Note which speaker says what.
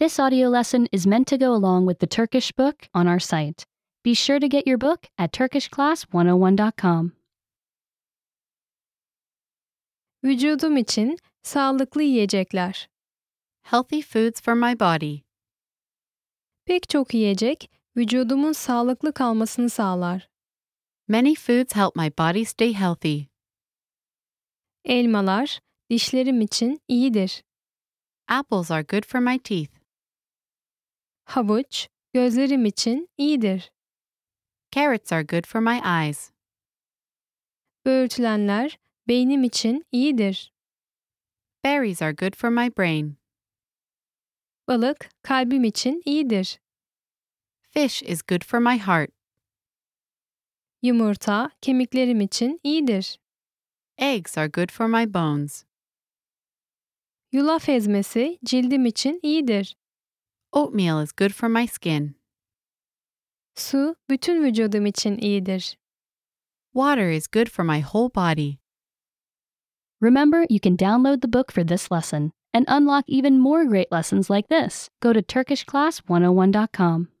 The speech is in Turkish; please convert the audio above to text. Speaker 1: This audio lesson is meant to go along with the Turkish book on our site. Be sure to get your book at turkishclass101.com.
Speaker 2: Vücudum için sağlıklı yiyecekler.
Speaker 3: Healthy foods for my body.
Speaker 2: Pek çok yiyecek vücudumun sağlıklı kalmasını sağlar.
Speaker 3: Many foods help my body stay healthy.
Speaker 2: Elmalar dişlerim için iyidir.
Speaker 3: Apples are good for my teeth.
Speaker 2: Havuç gözlerim için iyidir.
Speaker 3: Carrots are good for my eyes.
Speaker 2: Böğürtlenler beynim için iyidir.
Speaker 3: Berries are good for my brain.
Speaker 2: Balık kalbim için iyidir.
Speaker 3: Fish is good for my heart.
Speaker 2: Yumurta kemiklerim için iyidir.
Speaker 3: Eggs are good for my bones.
Speaker 2: Yulaf ezmesi cildim için iyidir.
Speaker 3: Oatmeal is good for my skin.
Speaker 2: Su bütün vücudum için iyidir.
Speaker 3: Water is good for my whole body.
Speaker 1: Remember, you can download the book for this oh lesson and unlock even more great lessons like this. Go to turkishclass101.com.